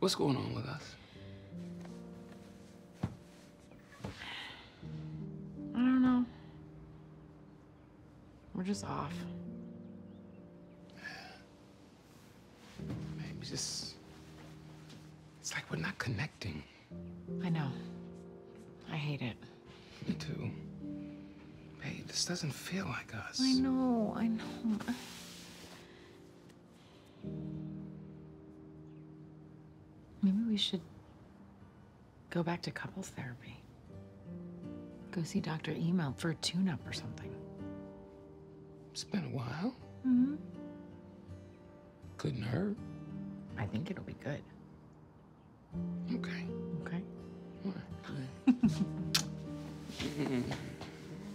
What's going on with us? I don't know. We're just off. Man, we just. It's like we're not connecting. I know. I hate it. Me too. Hey, this doesn't feel like us. I know, I know. Maybe we should go back to couples therapy. Go see Dr. Email for a tune up or something. It's been a while. Mm-hmm. Couldn't hurt. I think it'll be good. Okay. Okay. All right.